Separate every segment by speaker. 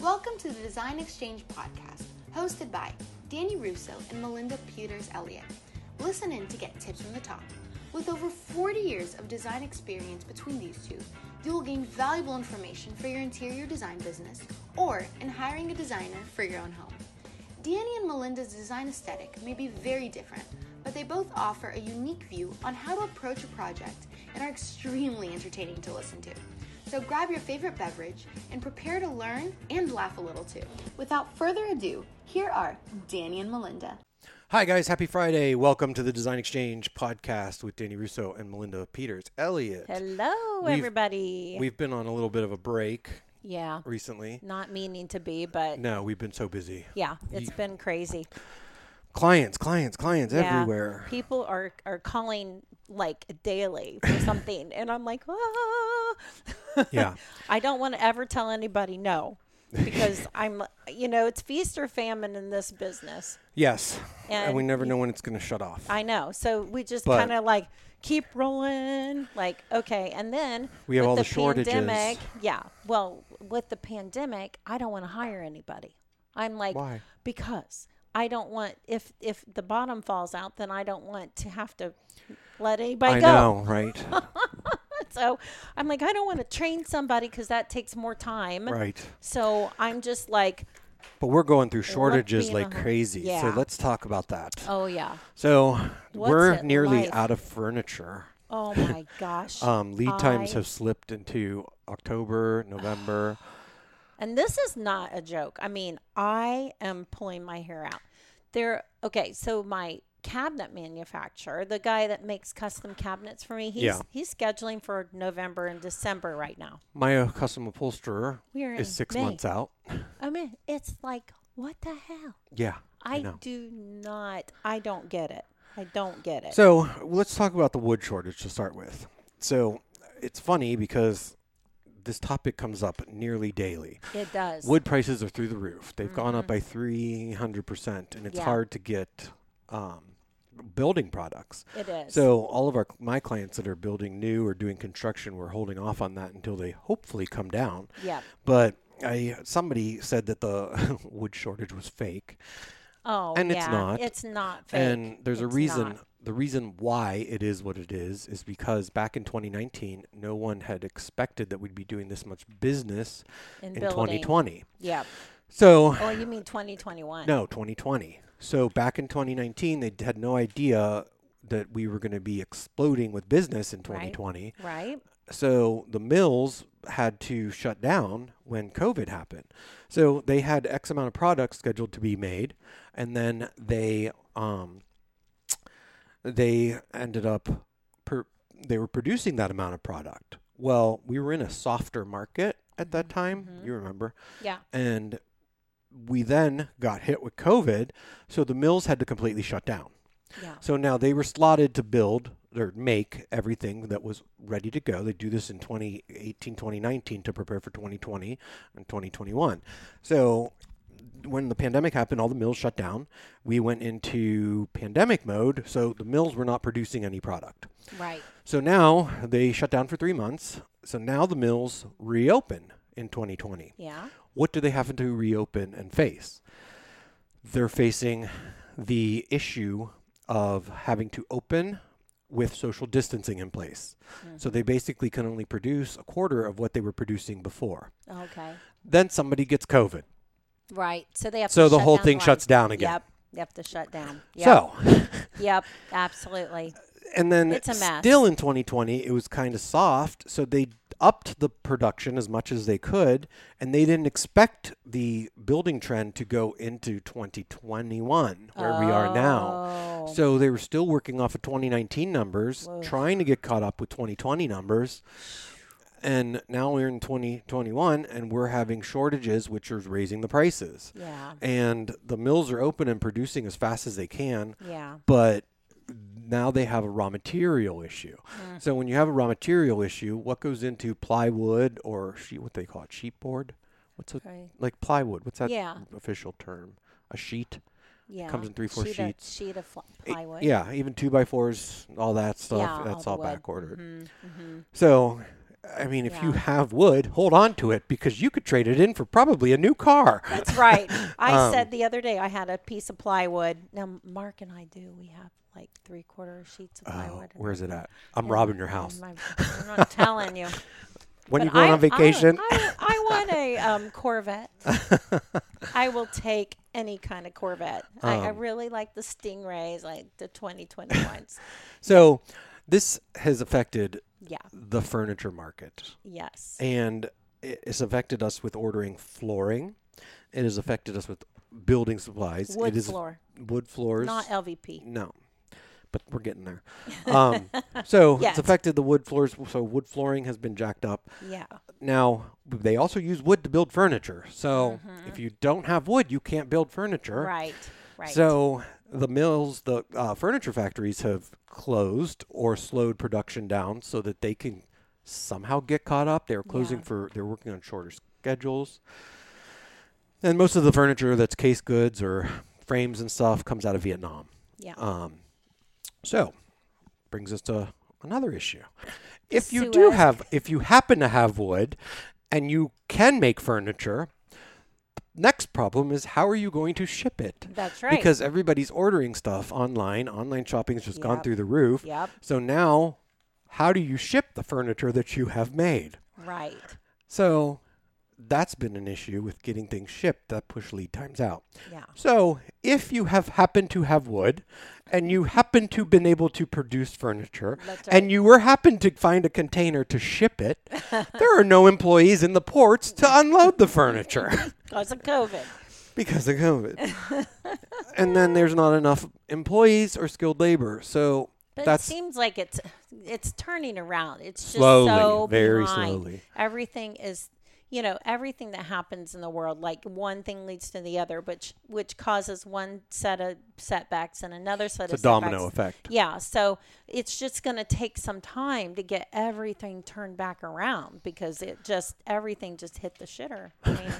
Speaker 1: Welcome to the Design Exchange podcast, hosted by Danny Russo and Melinda Peters Elliott. Listen in to get tips from the top. With over 40 years of design experience between these two, you will gain valuable information for your interior design business or in hiring a designer for your own home. Danny and Melinda's design aesthetic may be very different, but they both offer a unique view on how to approach a project and are extremely entertaining to listen to. So grab your favorite beverage and prepare to learn and laugh a little too. Without further ado, here are Danny and Melinda.
Speaker 2: Hi, guys. Happy Friday. Welcome to the Design Exchange podcast with Danny Russo and Melinda Peters. Elliot,
Speaker 3: Hello,
Speaker 2: We've-
Speaker 3: everybody.
Speaker 2: we've been on a little bit of a break
Speaker 3: yeah,
Speaker 2: recently.
Speaker 3: not meaning to be, but
Speaker 2: No, we've been so busy.
Speaker 3: yeah, it's been crazy.
Speaker 2: Clients, clients, clients
Speaker 3: Yeah.
Speaker 2: everywhere.
Speaker 3: People are are calling like daily for something, and I'm like, ah.
Speaker 2: Yeah.
Speaker 3: I don't want to ever tell anybody no, because I'm, you know, it's feast or famine in this business.
Speaker 2: Yes. And,
Speaker 3: And
Speaker 2: we never know when it's going to shut off.
Speaker 3: I know, so we just
Speaker 2: But-
Speaker 3: kind of like keep rolling, like okay, and then
Speaker 2: We have
Speaker 3: with
Speaker 2: all the shortages.
Speaker 3: Pandemic, yeah, well, with the pandemic, I don't want to hire anybody. I'm like,
Speaker 2: Why?
Speaker 3: because I don't want if if the bottom falls out, then I don't want to have to let anybody
Speaker 2: I
Speaker 3: go.
Speaker 2: know, right?
Speaker 3: So I'm like, I don't want to train somebody because that takes more time.
Speaker 2: right.
Speaker 3: So I'm just like,
Speaker 2: But we're going through shortages
Speaker 3: in
Speaker 2: like
Speaker 3: a hole.
Speaker 2: crazy. So
Speaker 3: Yeah.
Speaker 2: let's talk about that.
Speaker 3: oh yeah,
Speaker 2: So
Speaker 3: What's
Speaker 2: we're
Speaker 3: it
Speaker 2: nearly
Speaker 3: like?
Speaker 2: out of furniture.
Speaker 3: oh my gosh.
Speaker 2: Um, lead times
Speaker 3: I-
Speaker 2: have slipped into October, November.
Speaker 3: And this is not a joke. I mean, I am pulling my hair out. There, okay, so my cabinet manufacturer, the guy that makes custom cabinets for me, he's
Speaker 2: Yeah.
Speaker 3: he's scheduling for November and December right now.
Speaker 2: My uh, custom upholsterer
Speaker 3: We are
Speaker 2: is
Speaker 3: in
Speaker 2: six
Speaker 3: May.
Speaker 2: months out.
Speaker 3: I mean, it's like, what the hell?
Speaker 2: Yeah.
Speaker 3: I,
Speaker 2: know.
Speaker 3: do not, I don't get it. I don't get it.
Speaker 2: So let's talk about the wood shortage to start with. So it's funny because this topic comes up nearly daily.
Speaker 3: it does.
Speaker 2: Wood prices are through the roof. They've gone up by 300%, and it's
Speaker 3: Mm-hmm. Yeah.
Speaker 2: hard to get um, building products.
Speaker 3: it is.
Speaker 2: So all of our my clients that are building new or doing construction, we're holding off on that until they hopefully come down.
Speaker 3: Yep.
Speaker 2: But I somebody said that the wood shortage was fake.
Speaker 3: oh,
Speaker 2: and it's
Speaker 3: yeah,
Speaker 2: not.
Speaker 3: It's not fake.
Speaker 2: And there's a
Speaker 3: It's
Speaker 2: reason.
Speaker 3: not.
Speaker 2: The reason why it is what it is is because back in 2019, no one had expected that we'd be doing this much business
Speaker 3: In
Speaker 2: in
Speaker 3: building.
Speaker 2: 2020.
Speaker 3: Yeah.
Speaker 2: So,
Speaker 3: Oh, you mean 2021?
Speaker 2: no, 2020. So, back in 2019, they d- had no idea that we were going to be exploding with business in 2020.
Speaker 3: Right?
Speaker 2: So the mills had to shut down when COVID happened. So they had X amount of products scheduled to be made, and then they um, they ended up per, they were producing that amount of product. Well, we were in a softer market at that time. You remember,
Speaker 3: Yeah.
Speaker 2: and we then got hit with COVID, so the mills had to completely shut down.
Speaker 3: Yeah.
Speaker 2: So now they were slotted to build or make everything that was ready to go. They do this in 2018, 2019 to prepare for 2020 and 2021. So when the pandemic happened, all the mills shut down. We went into pandemic mode, so the mills were not producing any product.
Speaker 3: Right.
Speaker 2: So now they shut down for three months. So now the mills reopen in 2020
Speaker 3: Yeah.
Speaker 2: what do they have to reopen and face? They're facing the issue of having to open with social distancing in place.
Speaker 3: Mm-hmm.
Speaker 2: So they basically can only produce a quarter of what they were producing before.
Speaker 3: Okay.
Speaker 2: Then somebody gets COVID.
Speaker 3: Right. So they have
Speaker 2: So
Speaker 3: to
Speaker 2: the
Speaker 3: shut
Speaker 2: whole
Speaker 3: down
Speaker 2: thing
Speaker 3: lines.
Speaker 2: shuts down again.
Speaker 3: Yep. You have to shut down. Yep.
Speaker 2: So,
Speaker 3: Yep. Absolutely.
Speaker 2: and then
Speaker 3: It's a mess.
Speaker 2: still in 2020, it was kind of soft. So they upped the production as much as they could, and they didn't expect the building trend to go into 2021, where we are now.
Speaker 3: Oh.
Speaker 2: So they were still working off of 2019 numbers, trying to get caught up with 2020 numbers. And now we're in 2021 and we're having shortages, which are raising the prices.
Speaker 3: Yeah.
Speaker 2: And the mills are open and producing as fast as they can,
Speaker 3: Yeah.
Speaker 2: but now they have a raw material issue.
Speaker 3: Mm.
Speaker 2: So when you have a raw material issue, what goes into plywood or she, what they call it, sheet board? What's it
Speaker 3: Right.
Speaker 2: like plywood? What's that
Speaker 3: Yeah.
Speaker 2: official term? A sheet?
Speaker 3: Yeah.
Speaker 2: comes in three, four
Speaker 3: sheet
Speaker 2: sheets.
Speaker 3: Of, sheet of fl-
Speaker 2: I-
Speaker 3: plywood.
Speaker 2: Yeah, even two by fours, all that stuff.
Speaker 3: Yeah,
Speaker 2: that's all,
Speaker 3: all the wood.
Speaker 2: back ordered. So I mean, if you
Speaker 3: Mm-hmm, Yeah.
Speaker 2: have wood, hold on to it because you could trade it in for probably a new car. Oh,
Speaker 3: That's right. I
Speaker 2: Um,
Speaker 3: said the other day I had a piece of plywood. Now Mark and I do. We have like three quarter sheets of plywood. in
Speaker 2: Oh, Where's it at? I'm robbing your house.
Speaker 3: Mm, my- I'm not telling you.
Speaker 2: When you
Speaker 3: But
Speaker 2: go
Speaker 3: I-
Speaker 2: on vacation,
Speaker 3: I, I, I want a um, Corvette. I will take any kind of Corvette. I, I
Speaker 2: Um,
Speaker 3: really like the Stingrays, like the 2021s.
Speaker 2: so this has affected
Speaker 3: yeah.
Speaker 2: the furniture market.
Speaker 3: Yes.
Speaker 2: and it- it's affected us with ordering flooring. It has affected us with building supplies.
Speaker 3: Wood
Speaker 2: it is
Speaker 3: floor.
Speaker 2: Wood floors.
Speaker 3: Not LVP.
Speaker 2: no, but we're getting there. Um, so
Speaker 3: Yet.
Speaker 2: it's affected the wood floors. So wood flooring has been jacked up.
Speaker 3: Yeah.
Speaker 2: Now they also use wood to build furniture. So if you don't have wood, you can't build furniture.
Speaker 3: Mm-hmm. Right. Right.
Speaker 2: So the mills, the uh, furniture factories have closed or slowed production down so that they can somehow get caught up. They're closing
Speaker 3: Yeah.
Speaker 2: for they're working on shorter schedules. And most of the furniture that's case goods or frames and stuff comes out of Vietnam.
Speaker 3: yeah.
Speaker 2: Um, so brings us to another issue. If you do
Speaker 3: Suez.
Speaker 2: have, if you happen to have wood, and you can make furniture, next problem is how are you going to ship it?
Speaker 3: That's right.
Speaker 2: Because everybody's ordering stuff online. Online shopping's just gone
Speaker 3: Yep.
Speaker 2: through the roof.
Speaker 3: Yep.
Speaker 2: So now, how do you ship the furniture that you have made?
Speaker 3: right.
Speaker 2: So that's been an issue with getting things shipped that push lead times out.
Speaker 3: Yeah.
Speaker 2: So, if you have happened to have wood and you happen to been able to produce furniture
Speaker 3: That's
Speaker 2: and you were happened to find a container to ship it, there are no employees in the ports to unload the furniture
Speaker 3: Because of COVID.
Speaker 2: because of COVID. and then there's not enough employees or skilled labor. So,
Speaker 3: But
Speaker 2: that's
Speaker 3: it seems like it's it's turning around. It's just
Speaker 2: Slowly,
Speaker 3: so
Speaker 2: very
Speaker 3: behind.
Speaker 2: slowly.
Speaker 3: Everything is, you know, everything that happens in the world, like one thing leads to the other, which which causes one set of setbacks and another set
Speaker 2: it's
Speaker 3: of
Speaker 2: a domino
Speaker 3: setbacks.
Speaker 2: effect.
Speaker 3: Yeah, so it's just going to take some time to get everything turned back around because it just everything just hit the shitter. I mean,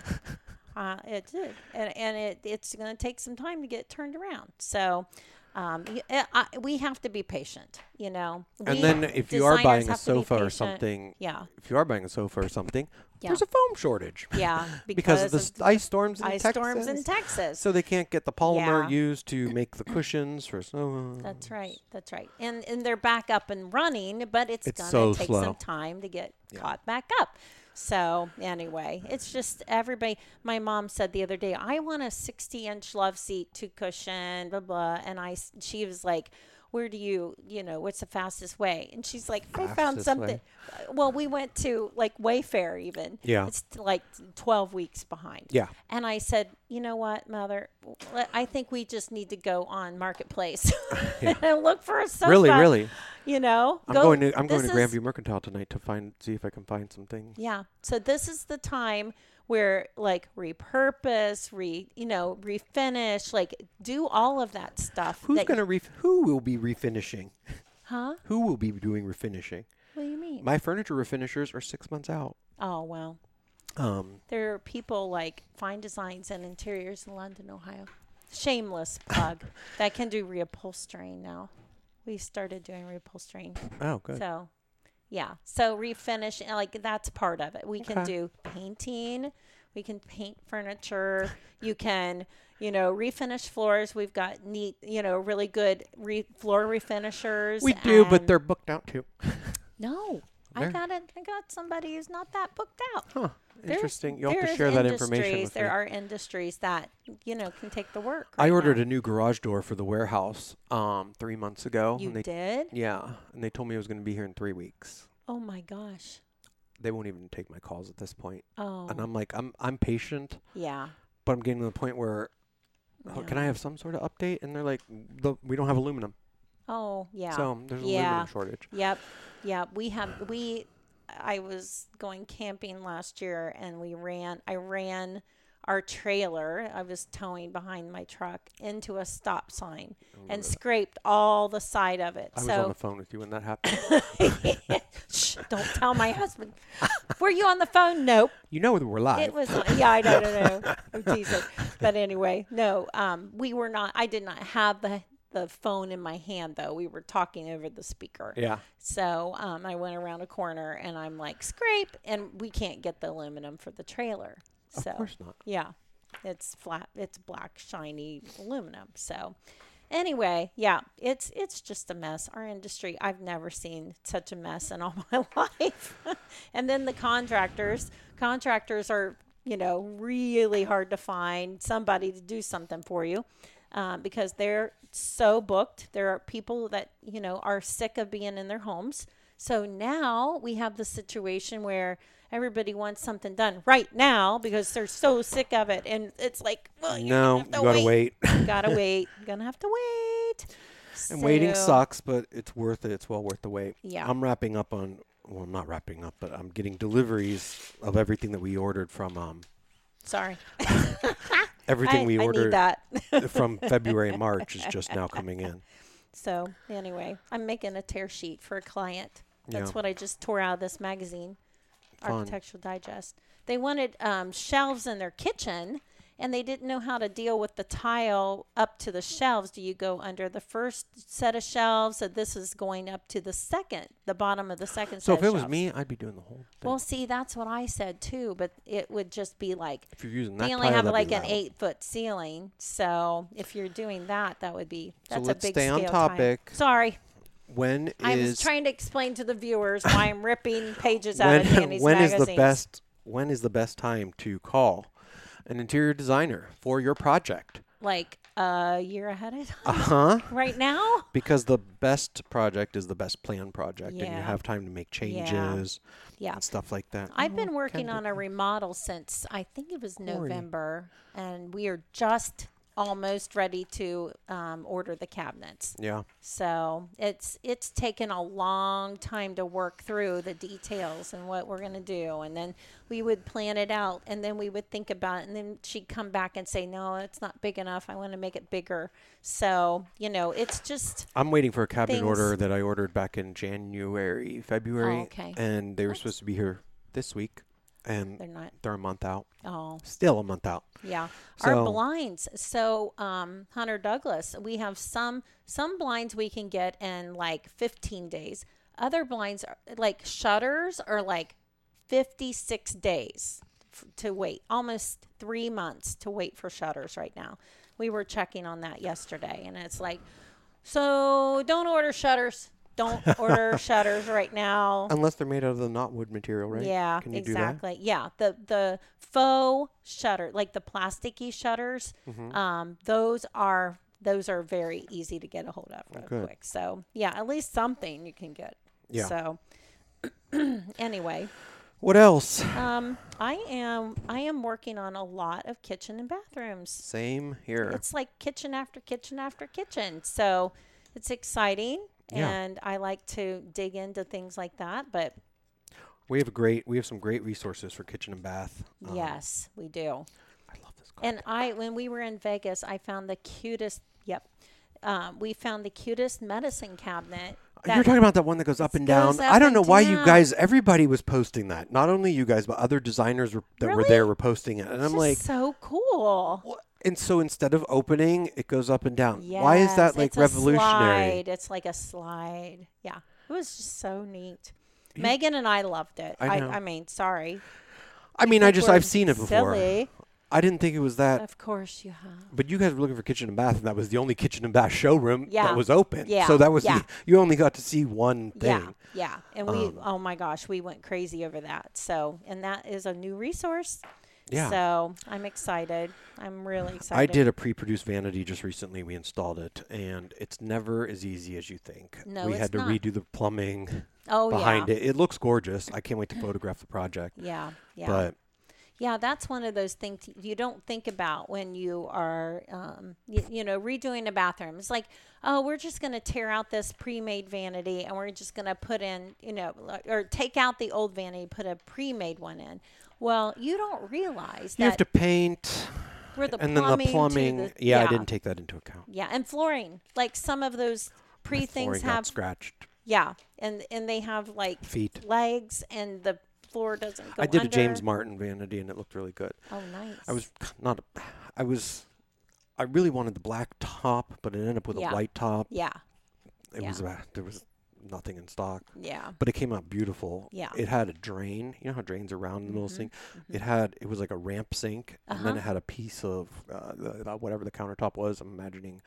Speaker 3: uh, it did, and and it it's going to take some time to get turned around. So. Um, y- uh, I, we have to be patient, you know.
Speaker 2: And
Speaker 3: We
Speaker 2: then if you are
Speaker 3: designers
Speaker 2: buying a
Speaker 3: have to be
Speaker 2: sofa or
Speaker 3: patient.
Speaker 2: something,
Speaker 3: yeah,
Speaker 2: if you are buying a sofa or something,
Speaker 3: Yeah.
Speaker 2: there's a foam shortage.
Speaker 3: yeah,
Speaker 2: Because, of the s- ice storms in
Speaker 3: ice
Speaker 2: Texas.
Speaker 3: storms in Texas.
Speaker 2: So they can't get the polymer
Speaker 3: Yeah.
Speaker 2: used to make the cushions for snow.
Speaker 3: That's right. That's right. And and they're back up and running, but it's,
Speaker 2: It's
Speaker 3: gonna
Speaker 2: so
Speaker 3: take
Speaker 2: slow.
Speaker 3: some time to get caught back up. So anyway, it's just everybody. My mom said the other day, I want a 60 inch love seat, two cushion, blah blah. And I, s- she was like, Where do you, you know, what's the fastest way? And she's like, I found
Speaker 2: Fastest
Speaker 3: something. Uh, Well, we went to like Wayfair even.
Speaker 2: Yeah.
Speaker 3: It's t- like 12 weeks behind.
Speaker 2: Yeah.
Speaker 3: And I said, you know what, mother? Let- I think we just need to go on Marketplace and look for a sofa.
Speaker 2: Really, really.
Speaker 3: You know,
Speaker 2: I'm going to I'm going to
Speaker 3: this is-
Speaker 2: Grandview Mercantile tonight to find see if I can find something.
Speaker 3: Yeah. So this is the time where like repurpose, re you know, refinish, like do all of that stuff.
Speaker 2: Who's
Speaker 3: that-
Speaker 2: going to ref- who will be refinishing?
Speaker 3: Huh?
Speaker 2: Who will be doing refinishing?
Speaker 3: What do you mean?
Speaker 2: My furniture refinishers are 6 months out.
Speaker 3: oh well,
Speaker 2: Um
Speaker 3: there are people like Fine Designs and Interiors in London, Ohio. Shameless plug that can do reupholstering now. We started doing reupholstering.
Speaker 2: oh good.
Speaker 3: So, yeah. So refinish, and, like that's part of it. We can
Speaker 2: Okay.
Speaker 3: do painting. We can paint furniture. You can, you know, refinish floors. We've got neat, you know, really good re- floor refinishers.
Speaker 2: we do, but
Speaker 3: and-
Speaker 2: they're booked out too.
Speaker 3: no. I
Speaker 2: There.
Speaker 3: got it. I got somebody who's not that booked out.
Speaker 2: Huh.
Speaker 3: There's-
Speaker 2: Interesting. You'll have to
Speaker 3: there's
Speaker 2: share that information
Speaker 3: industries-
Speaker 2: with
Speaker 3: there
Speaker 2: me.
Speaker 3: are industries that you know can take the work.
Speaker 2: I
Speaker 3: right
Speaker 2: ordered
Speaker 3: now.
Speaker 2: a new garage door for the warehouse um 3 months ago
Speaker 3: You
Speaker 2: and they
Speaker 3: did?
Speaker 2: yeah, and they told me it was going to be here in 3 weeks.
Speaker 3: Oh my gosh.
Speaker 2: They won't even take my calls at this point.
Speaker 3: Oh.
Speaker 2: And I'm like, I'm I'm patient,
Speaker 3: yeah.
Speaker 2: but I'm getting to the point where oh,
Speaker 3: Yeah.
Speaker 2: can I have some sort of update? And they're like, the, we don't have aluminum,
Speaker 3: Oh yeah.
Speaker 2: so there's an
Speaker 3: Yeah.
Speaker 2: aluminum shortage.
Speaker 3: Yep. Yep. We have we I was going camping last year and we ran I ran our trailer I was towing behind my truck into a stop sign
Speaker 2: Oh,
Speaker 3: and scraped all the side of it.
Speaker 2: I was on the
Speaker 3: so
Speaker 2: phone with you when that happened.
Speaker 3: Shh, don't tell my husband. Were you on the phone? Nope.
Speaker 2: you know we're live.
Speaker 3: It was yeah, I know, no, no. I'm teasing. But anyway, no, um, we were not. I did not have the the phone in my hand though. We were talking over the speaker.
Speaker 2: Yeah.
Speaker 3: So um, I went around a corner and I'm like, scrape, and we can't get the aluminum for the trailer. So
Speaker 2: Of course not.
Speaker 3: yeah, it's flat. It's black, shiny aluminum. So anyway, yeah, it's it's just a mess. Our industry. I've never seen such a mess in all my life. and then the contractors. Contractors are you know really hard to find somebody to do something for you. Um, because they're so booked. There are people that, you know, are sick of being in their homes. So now we have the situation where everybody wants something done right now because they're so sick of it, and it's like, well, you're
Speaker 2: No, you
Speaker 3: gonna Oh, have to
Speaker 2: gotta wait.
Speaker 3: You gotta wait. You're gonna have to wait.
Speaker 2: And waiting
Speaker 3: So-
Speaker 2: sucks, but it's worth it. It's well worth the wait.
Speaker 3: Yeah.
Speaker 2: I'm wrapping up on. Well, I'm not wrapping up, but I'm getting deliveries of everything that we ordered from um
Speaker 3: Sorry,
Speaker 2: everything
Speaker 3: I,
Speaker 2: we
Speaker 3: I
Speaker 2: ordered uh,
Speaker 3: need that.
Speaker 2: from February and March is just now coming in.
Speaker 3: so anyway, I'm making a tear sheet for a client. That's
Speaker 2: Yeah.
Speaker 3: what I just tore out of this magazine.
Speaker 2: Fun.
Speaker 3: Architectural Digest. They wanted um, shelves in their kitchen, and they didn't know how to deal with the tile up to the shelves. Do you go under the first set of shelves? So this is going up to the second, the bottom of the second.
Speaker 2: So
Speaker 3: set
Speaker 2: if it
Speaker 3: of
Speaker 2: was
Speaker 3: shelves.
Speaker 2: me, I'd be doing the whole thing.
Speaker 3: well, see, that's what I said too. But it would just be like
Speaker 2: if you're using that,
Speaker 3: they only
Speaker 2: tile,
Speaker 3: have
Speaker 2: that'd
Speaker 3: like
Speaker 2: be
Speaker 3: an
Speaker 2: loud.
Speaker 3: eight foot ceiling. So if you're doing that, that would be that's
Speaker 2: let's
Speaker 3: a big
Speaker 2: stay on
Speaker 3: scale time.
Speaker 2: topic.
Speaker 3: Sorry.
Speaker 2: When
Speaker 3: I was
Speaker 2: is
Speaker 3: trying to explain to the viewers why I'm ripping pages out of
Speaker 2: when
Speaker 3: Danny's
Speaker 2: when is
Speaker 3: magazines.
Speaker 2: the best when is the best time to call an interior designer for your project?
Speaker 3: like a year ahead of time
Speaker 2: Uh huh.
Speaker 3: right now.
Speaker 2: Because the best project is the best plan project, and you
Speaker 3: Yeah.
Speaker 2: have time to make
Speaker 3: Yeah.
Speaker 2: changes
Speaker 3: Yeah.
Speaker 2: and stuff like that.
Speaker 3: I've been
Speaker 2: Oh,
Speaker 3: working
Speaker 2: kinda.
Speaker 3: on a remodel since I think it was November, and we are just almost ready to um, order the cabinets.
Speaker 2: Yeah.
Speaker 3: So it's it's taken a long time to work through the details and what we're gonna do, and then we would plan it out, and then we would think about it, and then she'd come back and say, "No, it's not big enough. I want to make it bigger." So you know, it's just
Speaker 2: I'm waiting for a cabinet
Speaker 3: Things-
Speaker 2: order that I ordered back in January, February,
Speaker 3: Oh, okay.
Speaker 2: and they were supposed to be here this week, and
Speaker 3: they're not.
Speaker 2: they're a month out.
Speaker 3: Oh,
Speaker 2: Still a month out.
Speaker 3: Yeah.
Speaker 2: So-
Speaker 3: Our blinds. So um, Hunter Douglas, we have some some blinds we can get in like 15 days. Other blinds are like shutters are like 56 days f- to wait. Almost 3 months to wait for shutters right now. We were checking on that yesterday and it's like so don't order shutters. Don't order shutters right now.
Speaker 2: Unless they're made out of the knot wood material, right?
Speaker 3: Yeah,
Speaker 2: Can you
Speaker 3: exactly. Yeah, the the faux shutter, like the plasticky shutters,
Speaker 2: Mm-hmm.
Speaker 3: um, those are those are very easy to get a hold of real
Speaker 2: Oh, Good.
Speaker 3: quick. So yeah, at least something you can get.
Speaker 2: Yeah.
Speaker 3: So anyway,
Speaker 2: do that? What else?
Speaker 3: um, I am I am working on a lot of kitchen and bathrooms.
Speaker 2: Same here.
Speaker 3: It's like kitchen after kitchen after kitchen. So it's exciting.
Speaker 2: Yeah.
Speaker 3: And I like to dig into things like that, but
Speaker 2: we have a great. We have some great resources for kitchen and bath. Um,
Speaker 3: yes, we do.
Speaker 2: I love this. Car.
Speaker 3: And I, when we were in Vegas, I found the cutest. Yep, um, we found the cutest medicine cabinet.
Speaker 2: Uh, You're
Speaker 3: that-
Speaker 2: talking about that one that goes up and down.
Speaker 3: goes
Speaker 2: I
Speaker 3: up
Speaker 2: don't know
Speaker 3: and
Speaker 2: why you
Speaker 3: down.
Speaker 2: guys. Everybody was posting that. Not only you guys, but other designers were, that were
Speaker 3: Really?
Speaker 2: there were posting it, and I'm
Speaker 3: It's
Speaker 2: like,
Speaker 3: just so cool.
Speaker 2: Wha- And so instead of opening, it goes up and down. Why is that
Speaker 3: Yes,
Speaker 2: like
Speaker 3: it's a
Speaker 2: revolutionary?
Speaker 3: slide. It's like a slide. Yeah, it was just so neat. Megan and I loved it.
Speaker 2: I
Speaker 3: I,
Speaker 2: know.
Speaker 3: I, mean, sorry.
Speaker 2: I mean, I
Speaker 3: Think
Speaker 2: just
Speaker 3: we're
Speaker 2: I've seen it before.
Speaker 3: Silly.
Speaker 2: I didn't think it was that.
Speaker 3: Of course you have.
Speaker 2: But you guys were looking for kitchen and bath, and that was the only kitchen and bath showroom
Speaker 3: Yeah.
Speaker 2: that was open.
Speaker 3: Yeah.
Speaker 2: So that was
Speaker 3: Yeah.
Speaker 2: the, you only got to see one thing.
Speaker 3: Yeah, yeah. And we,
Speaker 2: Um,
Speaker 3: oh my gosh, we went crazy over that. So, and that is a new resource.
Speaker 2: Yeah.
Speaker 3: So I'm excited. I'm really excited.
Speaker 2: I did a pre-produced vanity just recently. We installed it, and it's never as easy as you think.
Speaker 3: No,
Speaker 2: we
Speaker 3: it's
Speaker 2: had to
Speaker 3: not.
Speaker 2: redo the plumbing
Speaker 3: Oh
Speaker 2: behind
Speaker 3: yeah.
Speaker 2: it. It looks gorgeous. I can't wait to photograph the project.
Speaker 3: Yeah, yeah,
Speaker 2: But
Speaker 3: yeah. That's one of those things you don't think about when you are, um, you, you know, redoing a bathroom. It's like, oh, we're just going to tear out this pre-made vanity and we're just going to put in, you know, like- or take out the old vanity, put a pre-made one in. Well, you don't realize
Speaker 2: you have
Speaker 3: that
Speaker 2: to paint,
Speaker 3: where the
Speaker 2: and then the
Speaker 3: plumbing, to
Speaker 2: plumbing.
Speaker 3: the-
Speaker 2: yeah, I didn't take that into account.
Speaker 3: Yeah, and flooring. Like some of those pre
Speaker 2: flooring
Speaker 3: things
Speaker 2: got
Speaker 3: have,
Speaker 2: scratched.
Speaker 3: yeah, and and they have like
Speaker 2: Feet.
Speaker 3: legs, and the floor doesn't go.
Speaker 2: I did a
Speaker 3: under.
Speaker 2: James Martin vanity and it looked really good.
Speaker 3: Oh, nice.
Speaker 2: I was not. I was. I really wanted the black top, but it ended up with
Speaker 3: Yeah.
Speaker 2: a white top.
Speaker 3: Yeah.
Speaker 2: It
Speaker 3: Yeah.
Speaker 2: was about, there was nothing in stock,
Speaker 3: Yeah.
Speaker 2: but it came out beautiful.
Speaker 3: Yeah. Mm-hmm,
Speaker 2: it had a drain. You know how drains are round in the middle of the sink. It had it was like a ramp sink, and then it
Speaker 3: Uh-huh.
Speaker 2: had a piece of uh, the, the- whatever the countertop was. I'm imagining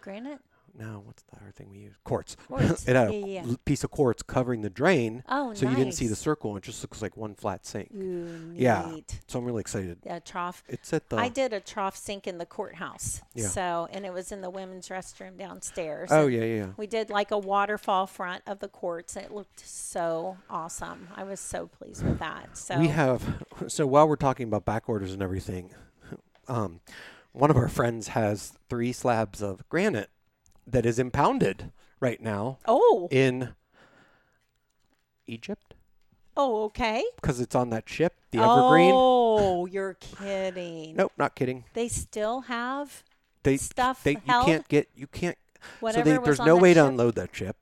Speaker 3: Granite.
Speaker 2: now what's the other thing we use? Quartz.
Speaker 3: Quartz.
Speaker 2: it had a
Speaker 3: Yeah, yeah, yeah.
Speaker 2: l- piece of quartz covering the drain,
Speaker 3: Oh,
Speaker 2: so you didn't see the
Speaker 3: nice.
Speaker 2: circle. and It just looks like one flat sink.
Speaker 3: Ooh,
Speaker 2: Yeah,
Speaker 3: neat.
Speaker 2: so I'm really excited.
Speaker 3: A trough.
Speaker 2: It's at the
Speaker 3: I did a trough sink in the courthouse.
Speaker 2: Yeah.
Speaker 3: So, and it was in the women's restroom downstairs.
Speaker 2: oh
Speaker 3: And
Speaker 2: yeah yeah. yeah.
Speaker 3: We did like a waterfall front of the courts. and It looked so awesome. I was so pleased with that. So
Speaker 2: We have so while we're talking about back orders and everything, um, one of our friends has three slabs of granite that is impounded right now
Speaker 3: Oh,
Speaker 2: in Egypt
Speaker 3: oh, okay.
Speaker 2: because it's on that ship, the Evergreen.
Speaker 3: Oh, you're kidding.
Speaker 2: Nope, not kidding.
Speaker 3: They still have
Speaker 2: They
Speaker 3: Stuff
Speaker 2: They
Speaker 3: held?
Speaker 2: you can't get you can't.
Speaker 3: whatever
Speaker 2: so they,
Speaker 3: was
Speaker 2: there's
Speaker 3: on
Speaker 2: no
Speaker 3: that
Speaker 2: way to
Speaker 3: ship.
Speaker 2: unload that ship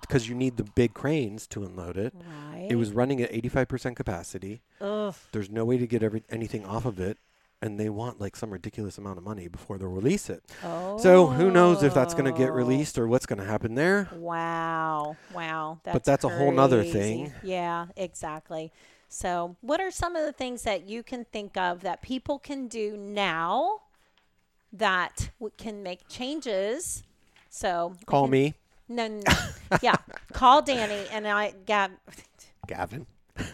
Speaker 2: because you need the big cranes to unload it.
Speaker 3: Right.
Speaker 2: It was running at 85% capacity.
Speaker 3: Ugh.
Speaker 2: there's no way to get every, anything off of it and they want like some ridiculous amount of money before they'll release it
Speaker 3: Oh.
Speaker 2: so who knows if that's going to get released or what's going to happen there
Speaker 3: Wow. Wow. That's
Speaker 2: that's a whole nother
Speaker 3: crazy.
Speaker 2: thing.
Speaker 3: Yeah, exactly. So, what are some of the things that you can think of that people can do now that w- can make changes? So,
Speaker 2: call me
Speaker 3: no, no, no. yeah, call Danny and I got
Speaker 2: gavin
Speaker 3: I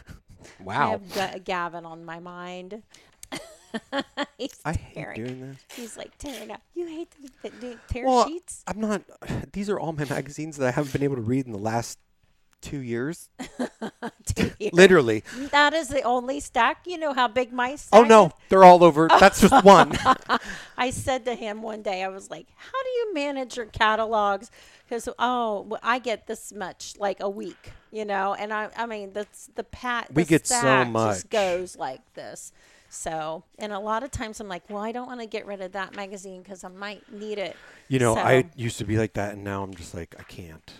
Speaker 2: wow
Speaker 3: have Ga- Gavin on my mind. He's
Speaker 2: i hate
Speaker 3: tearing.
Speaker 2: doing this
Speaker 3: He's like tearing up. You hate to th- do- tear
Speaker 2: well
Speaker 3: sheets.
Speaker 2: i'm not these are all my magazines that i haven't been able to read in the last two years
Speaker 3: Two years.
Speaker 2: literally
Speaker 3: That is the only stack. You know how big my stack
Speaker 2: oh no
Speaker 3: is?
Speaker 2: they're all over that's just one
Speaker 3: I said to him one day, I was like, how do you manage your catalogs? Because, oh, well, I get this much like a week, you know? And I, I mean, that's the pat.
Speaker 2: We
Speaker 3: the
Speaker 2: get so
Speaker 3: stack
Speaker 2: much.
Speaker 3: Just goes like this. So, and a lot of times I'm like, well, I don't want to get rid of that magazine because I might need it.
Speaker 2: You know,
Speaker 3: So-
Speaker 2: I used to be like that, and now I'm just like, I can't.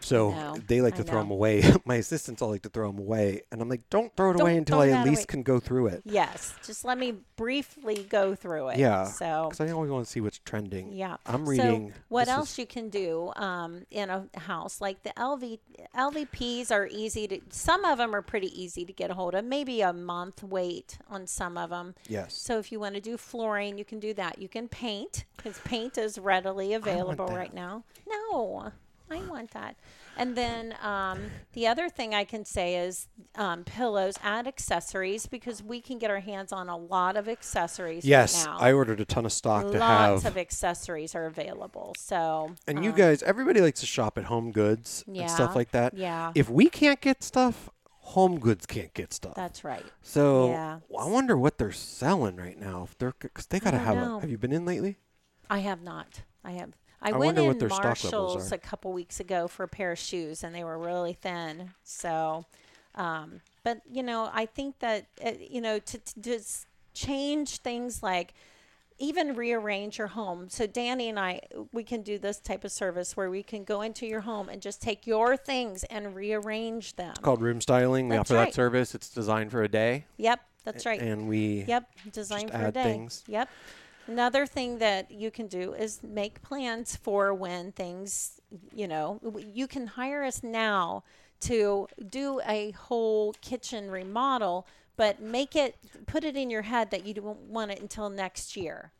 Speaker 2: So
Speaker 3: know,
Speaker 2: they like
Speaker 3: I
Speaker 2: to throw them
Speaker 3: know.
Speaker 2: away. My assistants all like to throw them away, and I'm like, don't throw it away
Speaker 3: Don't
Speaker 2: until
Speaker 3: throw
Speaker 2: I
Speaker 3: that
Speaker 2: at least
Speaker 3: away.
Speaker 2: can go through it.
Speaker 3: Yes. Just let me briefly go through it.
Speaker 2: Yeah,
Speaker 3: So,
Speaker 2: because I always want to see what's trending.
Speaker 3: Yeah.
Speaker 2: I'm reading.
Speaker 3: So what
Speaker 2: this is-
Speaker 3: else you can do um, in a house? Like the LV, LVPs are easy to, some of them are pretty easy to get a hold of, maybe a month wait on some of them.
Speaker 2: yes.
Speaker 3: So if you want to do flooring, you can do that. You can paint because paint is readily available
Speaker 2: that.
Speaker 3: right now. No, I want that. And then um, the other thing I can say is um, pillows, add accessories because we can get our hands on a lot of accessories. right
Speaker 2: yes,
Speaker 3: now
Speaker 2: I ordered a ton of stock to
Speaker 3: lots
Speaker 2: have.
Speaker 3: of accessories are available. So
Speaker 2: and you guys, everybody likes to shop at Home Goods and
Speaker 3: Yeah,
Speaker 2: stuff like that.
Speaker 3: yeah.
Speaker 2: If we can't get stuff, Home Goods can't get stuff.
Speaker 3: that's right.
Speaker 2: so
Speaker 3: yeah.
Speaker 2: I wonder what they're selling right now. If they're because they gotta
Speaker 3: don't
Speaker 2: have.
Speaker 3: know.
Speaker 2: A, have you been in lately?
Speaker 3: I have not. I have. I, went
Speaker 2: wonder
Speaker 3: in
Speaker 2: what their stock levels
Speaker 3: Marshalls
Speaker 2: are.
Speaker 3: a couple weeks ago for a pair of shoes, and they were really thin. So, um, but you know, I think that uh you know to, to just change things like even rearrange your home. So Danny and I, we can do this type of service where we can go into your home and just take your things and rearrange them.
Speaker 2: called Room Styling. We
Speaker 3: That's
Speaker 2: offer
Speaker 3: right.
Speaker 2: that service. It's designed for a day.
Speaker 3: Yep, that's right.
Speaker 2: And we
Speaker 3: Yep, design for a
Speaker 2: add
Speaker 3: day.
Speaker 2: things.
Speaker 3: Yep. Another thing that you can do is make plans for when things, you know, w- you can hire us now to do a whole kitchen remodel, but make it, put it in your head that you don't want it until next year.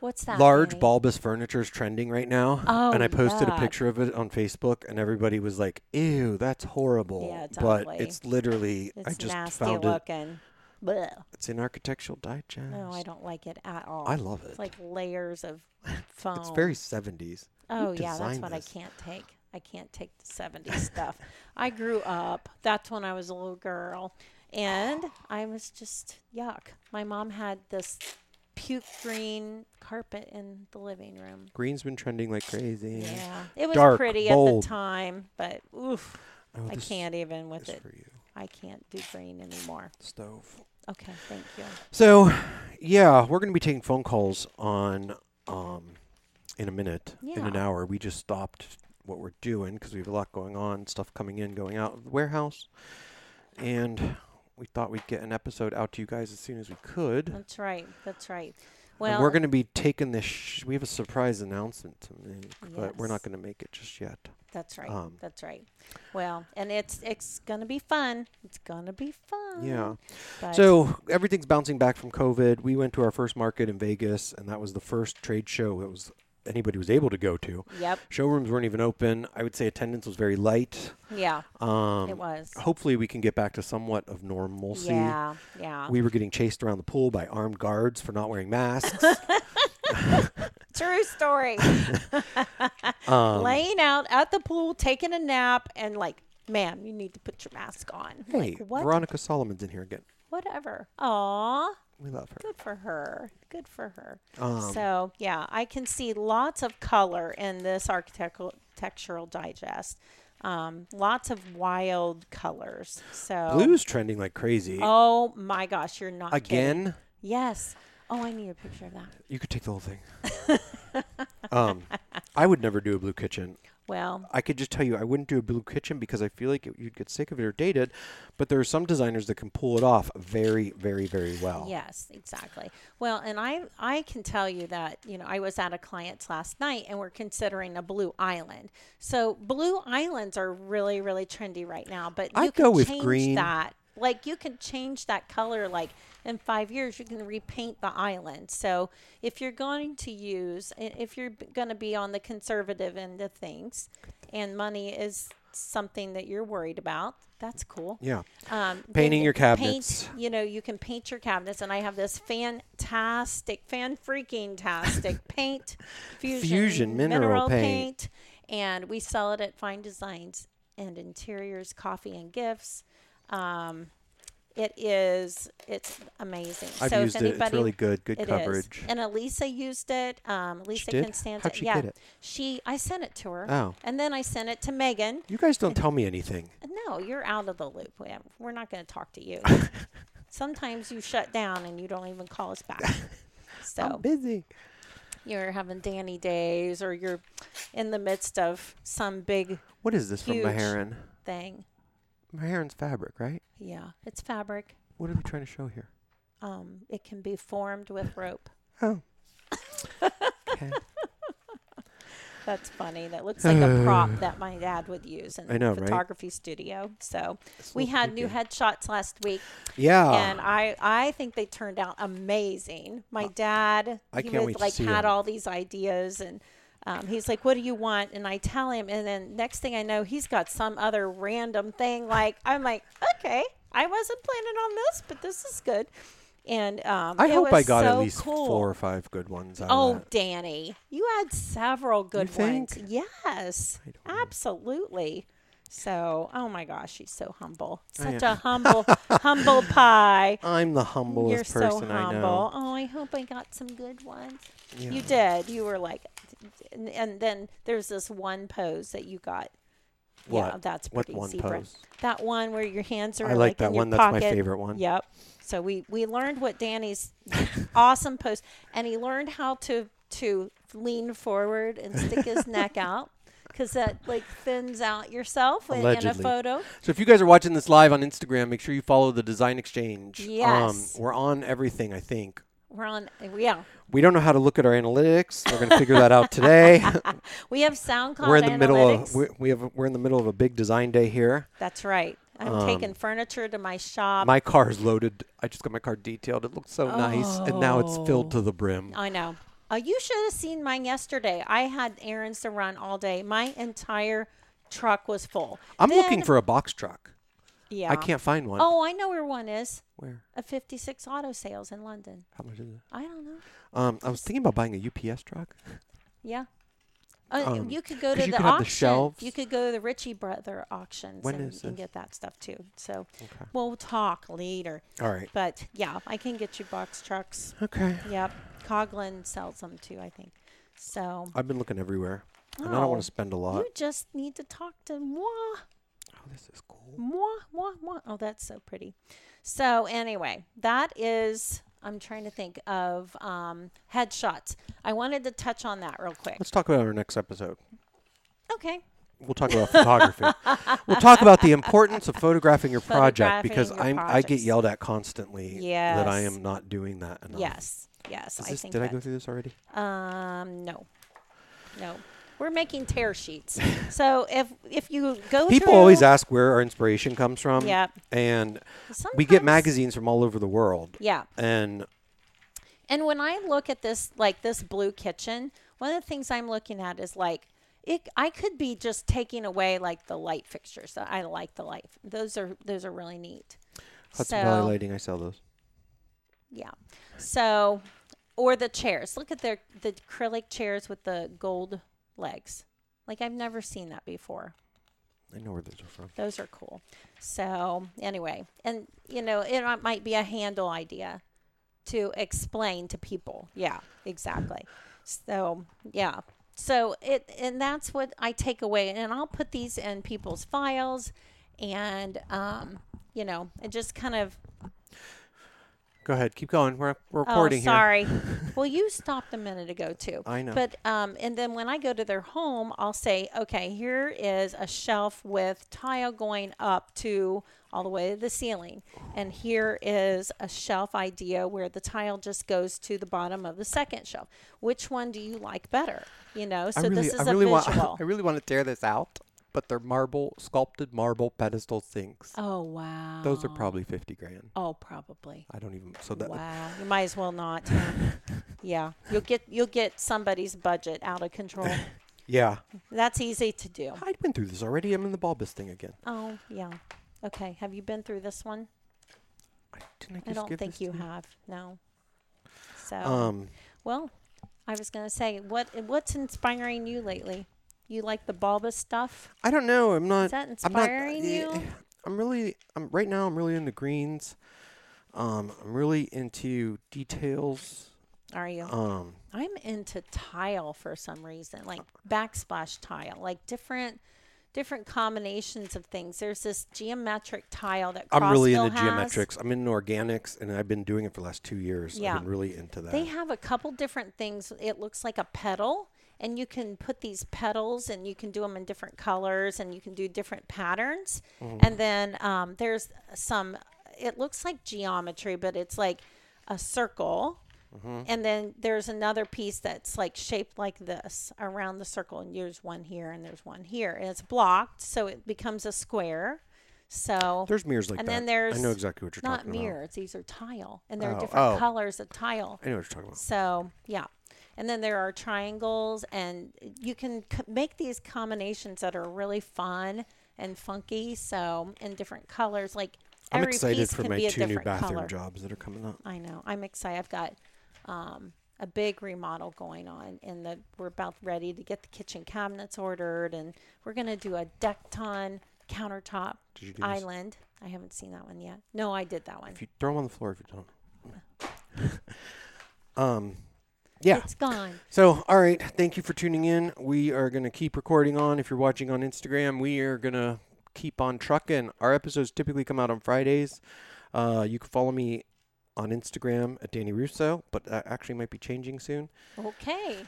Speaker 3: What's that?
Speaker 2: large
Speaker 3: Manny?
Speaker 2: bulbous furniture is trending right now.
Speaker 3: Oh,
Speaker 2: and I posted
Speaker 3: God.
Speaker 2: a picture of it on Facebook and everybody was like, Ew, that's horrible.
Speaker 3: Yeah, it's
Speaker 2: but
Speaker 3: ugly.
Speaker 2: it's literally I
Speaker 3: It's
Speaker 2: just
Speaker 3: nasty
Speaker 2: found it.
Speaker 3: looking. Blech.
Speaker 2: It's in architectural digest.
Speaker 3: No, I don't like it at all.
Speaker 2: I love
Speaker 3: It's
Speaker 2: it.
Speaker 3: like layers of foam.
Speaker 2: It's very seventies.
Speaker 3: Oh yeah, that's
Speaker 2: designed
Speaker 3: what
Speaker 2: this?
Speaker 3: I can't take. I can't take the 70s stuff. I grew up. That's when I was a little girl, and I was just yuck. My mom had this puke green carpet in the living room.
Speaker 2: Green's been trending like crazy.
Speaker 3: Yeah, it was
Speaker 2: Dark,
Speaker 3: pretty
Speaker 2: bold.
Speaker 3: at the time, but oof,
Speaker 2: Oh,
Speaker 3: I
Speaker 2: this
Speaker 3: can't even with
Speaker 2: is
Speaker 3: it.
Speaker 2: for you.
Speaker 3: I can't do green anymore.
Speaker 2: Stove.
Speaker 3: Okay, thank you.
Speaker 2: So yeah, we're gonna be taking phone calls on um in a minute, in an
Speaker 3: Yeah.
Speaker 2: hour. We just stopped what we're doing because we have a lot going on, stuff coming in, going out of the warehouse, and we thought we'd get an episode out to you guys as soon as we could.
Speaker 3: That's right. That's right.
Speaker 2: and
Speaker 3: Um, Well,
Speaker 2: we're going to be taking this. Sh- we have a surprise announcement to make, but we're not
Speaker 3: Yes.
Speaker 2: going to make it just yet.
Speaker 3: that's right.
Speaker 2: um,
Speaker 3: that's right. Well, and it's it's gonna be fun. It's gonna be fun.
Speaker 2: Yeah.
Speaker 3: But
Speaker 2: So everything's bouncing back from COVID. We went to our first market in Vegas, and that was the first trade show that was anybody was able to go to.
Speaker 3: Yep.
Speaker 2: Showrooms weren't even open. I would say attendance was very light.
Speaker 3: Yeah.
Speaker 2: Um,
Speaker 3: It was.
Speaker 2: Hopefully, we can get back to somewhat of normalcy.
Speaker 3: Yeah. Yeah.
Speaker 2: We were getting chased around the pool by armed guards for not wearing masks.
Speaker 3: True story.
Speaker 2: um,
Speaker 3: Laying out at the pool, taking a nap, and like, ma'am, you need to put your mask on.
Speaker 2: hey,
Speaker 3: Like, what?
Speaker 2: Veronica Solomon's in here again.
Speaker 3: Whatever. Aw.
Speaker 2: We love her.
Speaker 3: Good for her. Good for her.
Speaker 2: Um,
Speaker 3: so yeah, I can see lots of color in this architectural architectural digest. Um, lots of wild colors. So
Speaker 2: Blue's trending like crazy.
Speaker 3: Oh my gosh, you're not kidding.
Speaker 2: Again,
Speaker 3: Yes. Oh, I need a picture of that.
Speaker 2: you could take the whole thing. um, I would never do a blue kitchen.
Speaker 3: Well,
Speaker 2: I could just tell you I wouldn't do a blue kitchen because I feel like it, you'd get sick of it or dated. But there are some designers that can pull it off very, very, very well.
Speaker 3: Yes, exactly. Well, and I I can tell you that, you know, I was at a client's last night and we're considering a blue island. So blue islands are really, really trendy right now, but you
Speaker 2: I'd
Speaker 3: can
Speaker 2: go with
Speaker 3: change
Speaker 2: green.
Speaker 3: that. Like you can change that color like in five years you can repaint the island. So if you're going to use i- if you're gonna be on the conservative end of things and money is something that you're worried about, that's cool
Speaker 2: Yeah.
Speaker 3: um,
Speaker 2: Painting
Speaker 3: then
Speaker 2: your
Speaker 3: paint-
Speaker 2: cabinets.
Speaker 3: you know, you can paint your cabinets, and I have this fantastic, fan freaking tastic paint fusion,
Speaker 2: Fusion mineral paint.
Speaker 3: and we sell it at Fine Designs and Interiors Coffee and Gifts. Um, it is it's amazing.
Speaker 2: I've
Speaker 3: so
Speaker 2: used
Speaker 3: if
Speaker 2: it.
Speaker 3: anybody,
Speaker 2: It's really good. Good
Speaker 3: it is.
Speaker 2: coverage.
Speaker 3: And Elisa used it. Um, Elisa
Speaker 2: did?
Speaker 3: Constanza.
Speaker 2: How'd she
Speaker 3: yeah,
Speaker 2: get it?
Speaker 3: she. I sent it to her.
Speaker 2: Oh.
Speaker 3: And then I sent it to Megan.
Speaker 2: You guys don't tell me anything.
Speaker 3: No, you're out of the loop. We- We're not going to talk to you. Sometimes you shut down and you don't even call us back. So
Speaker 2: busy.
Speaker 3: you're having Danny days or you're in the midst of some big
Speaker 2: What is this
Speaker 3: Huge.
Speaker 2: from Maharan?
Speaker 3: thing.
Speaker 2: Maharan's fabric, right?
Speaker 3: Yeah, it's fabric.
Speaker 2: What are they trying to show here?
Speaker 3: Um, it can be formed with rope.
Speaker 2: Oh. okay.
Speaker 3: That's funny. That looks like a prop that my dad would use in
Speaker 2: I know,
Speaker 3: the
Speaker 2: right?
Speaker 3: photography studio. So we
Speaker 2: looks
Speaker 3: had new
Speaker 2: freaky.
Speaker 3: headshots last week.
Speaker 2: Yeah.
Speaker 3: and um, I I think they turned out amazing. My dad,
Speaker 2: Ah, I
Speaker 3: he
Speaker 2: can't
Speaker 3: was
Speaker 2: wait to
Speaker 3: like
Speaker 2: see
Speaker 3: had
Speaker 2: them.
Speaker 3: all these ideas and. Um, he's like, "What do you want?" And I tell him, and then next thing I know, he's got some other random thing. Like I'm like, "Okay, I wasn't planning on this, but this is good." And um,
Speaker 2: I
Speaker 3: it
Speaker 2: hope I
Speaker 3: was
Speaker 2: got at
Speaker 3: so
Speaker 2: least
Speaker 3: cool.
Speaker 2: four or five good ones. Out
Speaker 3: Oh,
Speaker 2: of that.
Speaker 3: Danny, you had several good ones.
Speaker 2: think?
Speaker 3: Yes, absolutely. So, oh my gosh, she's so humble. Such
Speaker 2: am.
Speaker 3: a humble, humble pie.
Speaker 2: I'm the humblest
Speaker 3: You're so
Speaker 2: person I
Speaker 3: humble.
Speaker 2: know.
Speaker 3: Oh, I hope I got some good ones.
Speaker 2: Yeah.
Speaker 3: You did. You were like, and, and then there's this one pose that you got. Yeah,
Speaker 2: What?
Speaker 3: that's
Speaker 2: What
Speaker 3: pretty
Speaker 2: one
Speaker 3: zebra.
Speaker 2: pose?
Speaker 3: That one where your hands are
Speaker 2: I like
Speaker 3: like
Speaker 2: that
Speaker 3: in your
Speaker 2: one. That's my
Speaker 3: pocket.
Speaker 2: favorite one.
Speaker 3: Yep. So we we learned what Danny's awesome pose, and he learned how to to lean forward and stick his neck out because that like thins out yourself in, in a
Speaker 2: Allegedly.
Speaker 3: photo.
Speaker 2: So if you guys are watching this live on Instagram, make sure you follow the Design Exchange.
Speaker 3: Yes.
Speaker 2: Um, we're on everything, I think.
Speaker 3: We're on. Yeah,
Speaker 2: We don't know how to look at our analytics. We're going to figure that out today.
Speaker 3: we have SoundCloud.
Speaker 2: we're in the middle of
Speaker 3: analytics.
Speaker 2: we, we have we're in the middle of a big design day here.
Speaker 3: That's right. I'm taking furniture to my shop.
Speaker 2: Um, My car is loaded. I just got my car detailed. It looks so nice, and now it's filled to the brim.
Speaker 3: I know. Uh, you should have seen mine yesterday. I had errands to run all day. My entire truck was full.
Speaker 2: I'm
Speaker 3: Then-
Speaker 2: looking for a box truck.
Speaker 3: Yeah.
Speaker 2: I can't find one.
Speaker 3: Oh, I know where one is.
Speaker 2: Where?
Speaker 3: A 56 auto sales in London.
Speaker 2: How much is it?
Speaker 3: I don't know.
Speaker 2: Um, I was thinking about buying a UPS truck.
Speaker 3: Yeah. Uh,
Speaker 2: Um,
Speaker 3: you could go
Speaker 2: 'cause
Speaker 3: to
Speaker 2: you
Speaker 3: the
Speaker 2: could have the
Speaker 3: auction.
Speaker 2: shelves.
Speaker 3: You could go to the Ritchie Brother auctions
Speaker 2: When
Speaker 3: and,
Speaker 2: is
Speaker 3: and
Speaker 2: this?
Speaker 3: get that stuff too. So we'll talk later.
Speaker 2: All right.
Speaker 3: But yeah, I can get you box trucks.
Speaker 2: Okay.
Speaker 3: Yep. Coglin sells them too, I think. So
Speaker 2: I've been looking everywhere, and I don't
Speaker 3: Oh.
Speaker 2: want to spend a lot.
Speaker 3: you just need to talk to moi,
Speaker 2: Oh, this is cool.
Speaker 3: moi, moi, moi. Oh, that's so pretty. So anyway, that is. I'm trying to think of um, headshots. I wanted to touch on that real quick.
Speaker 2: Let's talk about our next episode.
Speaker 3: Okay.
Speaker 2: We'll talk about photography. We'll talk about the importance of photographing your project because
Speaker 3: Photographing your
Speaker 2: I'm I get
Speaker 3: projects.
Speaker 2: yelled at constantly that I
Speaker 3: Yes.
Speaker 2: am not doing that enough.
Speaker 3: Yes. Yes,
Speaker 2: Is
Speaker 3: I
Speaker 2: this,
Speaker 3: think
Speaker 2: did I
Speaker 3: that.
Speaker 2: go through this already?
Speaker 3: Um, no, no. We're making tear sheets. so if if you go
Speaker 2: People
Speaker 3: through-
Speaker 2: always ask where our inspiration comes from.
Speaker 3: Yep.
Speaker 2: And we get
Speaker 3: Sometimes-
Speaker 2: magazines from all over the world.
Speaker 3: Yeah.
Speaker 2: And
Speaker 3: And when I look at this, like this blue kitchen, one of the things I'm looking at is like, it, I could be just taking away like the light fixtures. I like the light. Those are those are really neat.
Speaker 2: Hudson
Speaker 3: So-
Speaker 2: Valley Lighting, I sell those.
Speaker 3: Yeah. So, or the chairs. Look at their the acrylic chairs with the gold legs. Like I've never seen that before.
Speaker 2: I know where those are from.
Speaker 3: Those are cool. So anyway, and you know, it mi- might be a handle idea to explain to people. Yeah, exactly. So yeah. So it and that's what I take away and I'll put these in people's files and um, you know, and just kind of
Speaker 2: Go ahead. Keep going. We're, we're
Speaker 3: Oh,
Speaker 2: recording here.
Speaker 3: sorry. well, you stopped a minute ago too.
Speaker 2: I know.
Speaker 3: But um, and then when I go to their home, I'll say, okay, here is a shelf with tile going up to all the way to the ceiling, and here is a shelf idea where the tile just goes to the bottom of the second shelf. Which one do you like better? You know.
Speaker 2: I
Speaker 3: So
Speaker 2: really,
Speaker 3: this is
Speaker 2: I really
Speaker 3: a
Speaker 2: want,
Speaker 3: visual.
Speaker 2: I really want to tear this out, but they're marble, sculpted marble pedestal sinks.
Speaker 3: oh wow.
Speaker 2: Those are probably 50 grand.
Speaker 3: Oh, probably.
Speaker 2: I don't even, so that,
Speaker 3: Wow, you might as well not. huh? yeah, you'll get you'll get somebody's budget out of control.
Speaker 2: yeah.
Speaker 3: That's easy to do.
Speaker 2: I went through this already. I'm in the bulbous thing again.
Speaker 3: Oh, yeah. Okay. Have you been through this one?
Speaker 2: I, didn't I, just
Speaker 3: I don't
Speaker 2: give
Speaker 3: think
Speaker 2: this to
Speaker 3: you have. No. So,
Speaker 2: Um,
Speaker 3: well, I was going to say, what what's inspiring you lately? You like the Bulba stuff?
Speaker 2: I don't know. I'm not.
Speaker 3: that
Speaker 2: I'm
Speaker 3: inspiring
Speaker 2: not,
Speaker 3: you?
Speaker 2: I'm really. I'm right now. I'm really into greens. Um, I'm really into details.
Speaker 3: Are you?
Speaker 2: Um,
Speaker 3: I'm into tile for some reason, like backsplash tile, like different different combinations of things. There's this geometric tile that
Speaker 2: I'm really
Speaker 3: Crossville
Speaker 2: into
Speaker 3: has.
Speaker 2: geometrics. I'm into organics, and I've been doing it for the last two years.
Speaker 3: Yeah.
Speaker 2: I've been really into that.
Speaker 3: They have a couple different things. It looks like a petal, and you can put these petals, and you can do them in different colors, and you can do different patterns.
Speaker 2: Mm-hmm.
Speaker 3: And then um, there's some. It looks like geometry, but it's like a circle.
Speaker 2: Mm-hmm.
Speaker 3: And then there's another piece that's like shaped like this around the circle, and there's one here and there's one here, and it's blocked, so it becomes a square. So
Speaker 2: there's mirrors like
Speaker 3: and
Speaker 2: that.
Speaker 3: then there's
Speaker 2: I know exactly what you're
Speaker 3: not
Speaker 2: talking
Speaker 3: mirrors; these are tile, and there are
Speaker 2: Oh,
Speaker 3: different
Speaker 2: oh.
Speaker 3: colors of tile.
Speaker 2: about. I know what you're talking about.
Speaker 3: So yeah, and then there are triangles, and you can c- make these combinations that are really fun and funky. So in different colors, like
Speaker 2: I'm
Speaker 3: every
Speaker 2: excited
Speaker 3: piece
Speaker 2: for
Speaker 3: can
Speaker 2: my
Speaker 3: be a
Speaker 2: two new
Speaker 3: different
Speaker 2: bathroom
Speaker 3: color.
Speaker 2: jobs that are coming up.
Speaker 3: I know. I'm excited. I've got um, a big remodel going on, and the, we're about ready to get the kitchen cabinets ordered, and we're gonna do a decton countertop
Speaker 2: Did you do this?
Speaker 3: island. I haven't seen that one yet. No, I did that one.
Speaker 2: If you throw them on the floor, if you don't. um, yeah.
Speaker 3: It's gone.
Speaker 2: So, all right. Thank you for tuning in. We are going to keep recording on. If you're watching on Instagram, we are going to keep on trucking. Our episodes typically come out on Fridays. Uh, you can follow me on Instagram at Danny Russo, but that actually might be changing soon.
Speaker 3: Okay.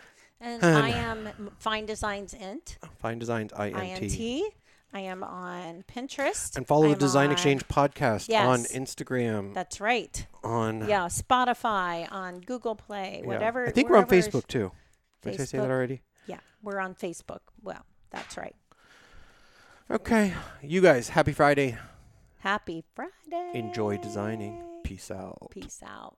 Speaker 3: And
Speaker 2: Hun.
Speaker 3: I am Fine Designs Int.
Speaker 2: Fine Designs INT.
Speaker 3: INT. I am on Pinterest.
Speaker 2: And follow the
Speaker 3: I'm
Speaker 2: Design
Speaker 3: on-
Speaker 2: Exchange podcast
Speaker 3: Yes.
Speaker 2: on Instagram,
Speaker 3: That's right.
Speaker 2: on
Speaker 3: Yeah, Spotify, on Google Play,
Speaker 2: yeah.
Speaker 3: whatever.
Speaker 2: I think we're on
Speaker 3: wherever is-
Speaker 2: Facebook too. Did I say that
Speaker 3: Facebook.
Speaker 2: already?
Speaker 3: Yeah, we're on Facebook. Well, that's right.
Speaker 2: Okay. You guys, happy Friday.
Speaker 3: Happy Friday.
Speaker 2: Enjoy designing. Peace out.
Speaker 3: Peace out.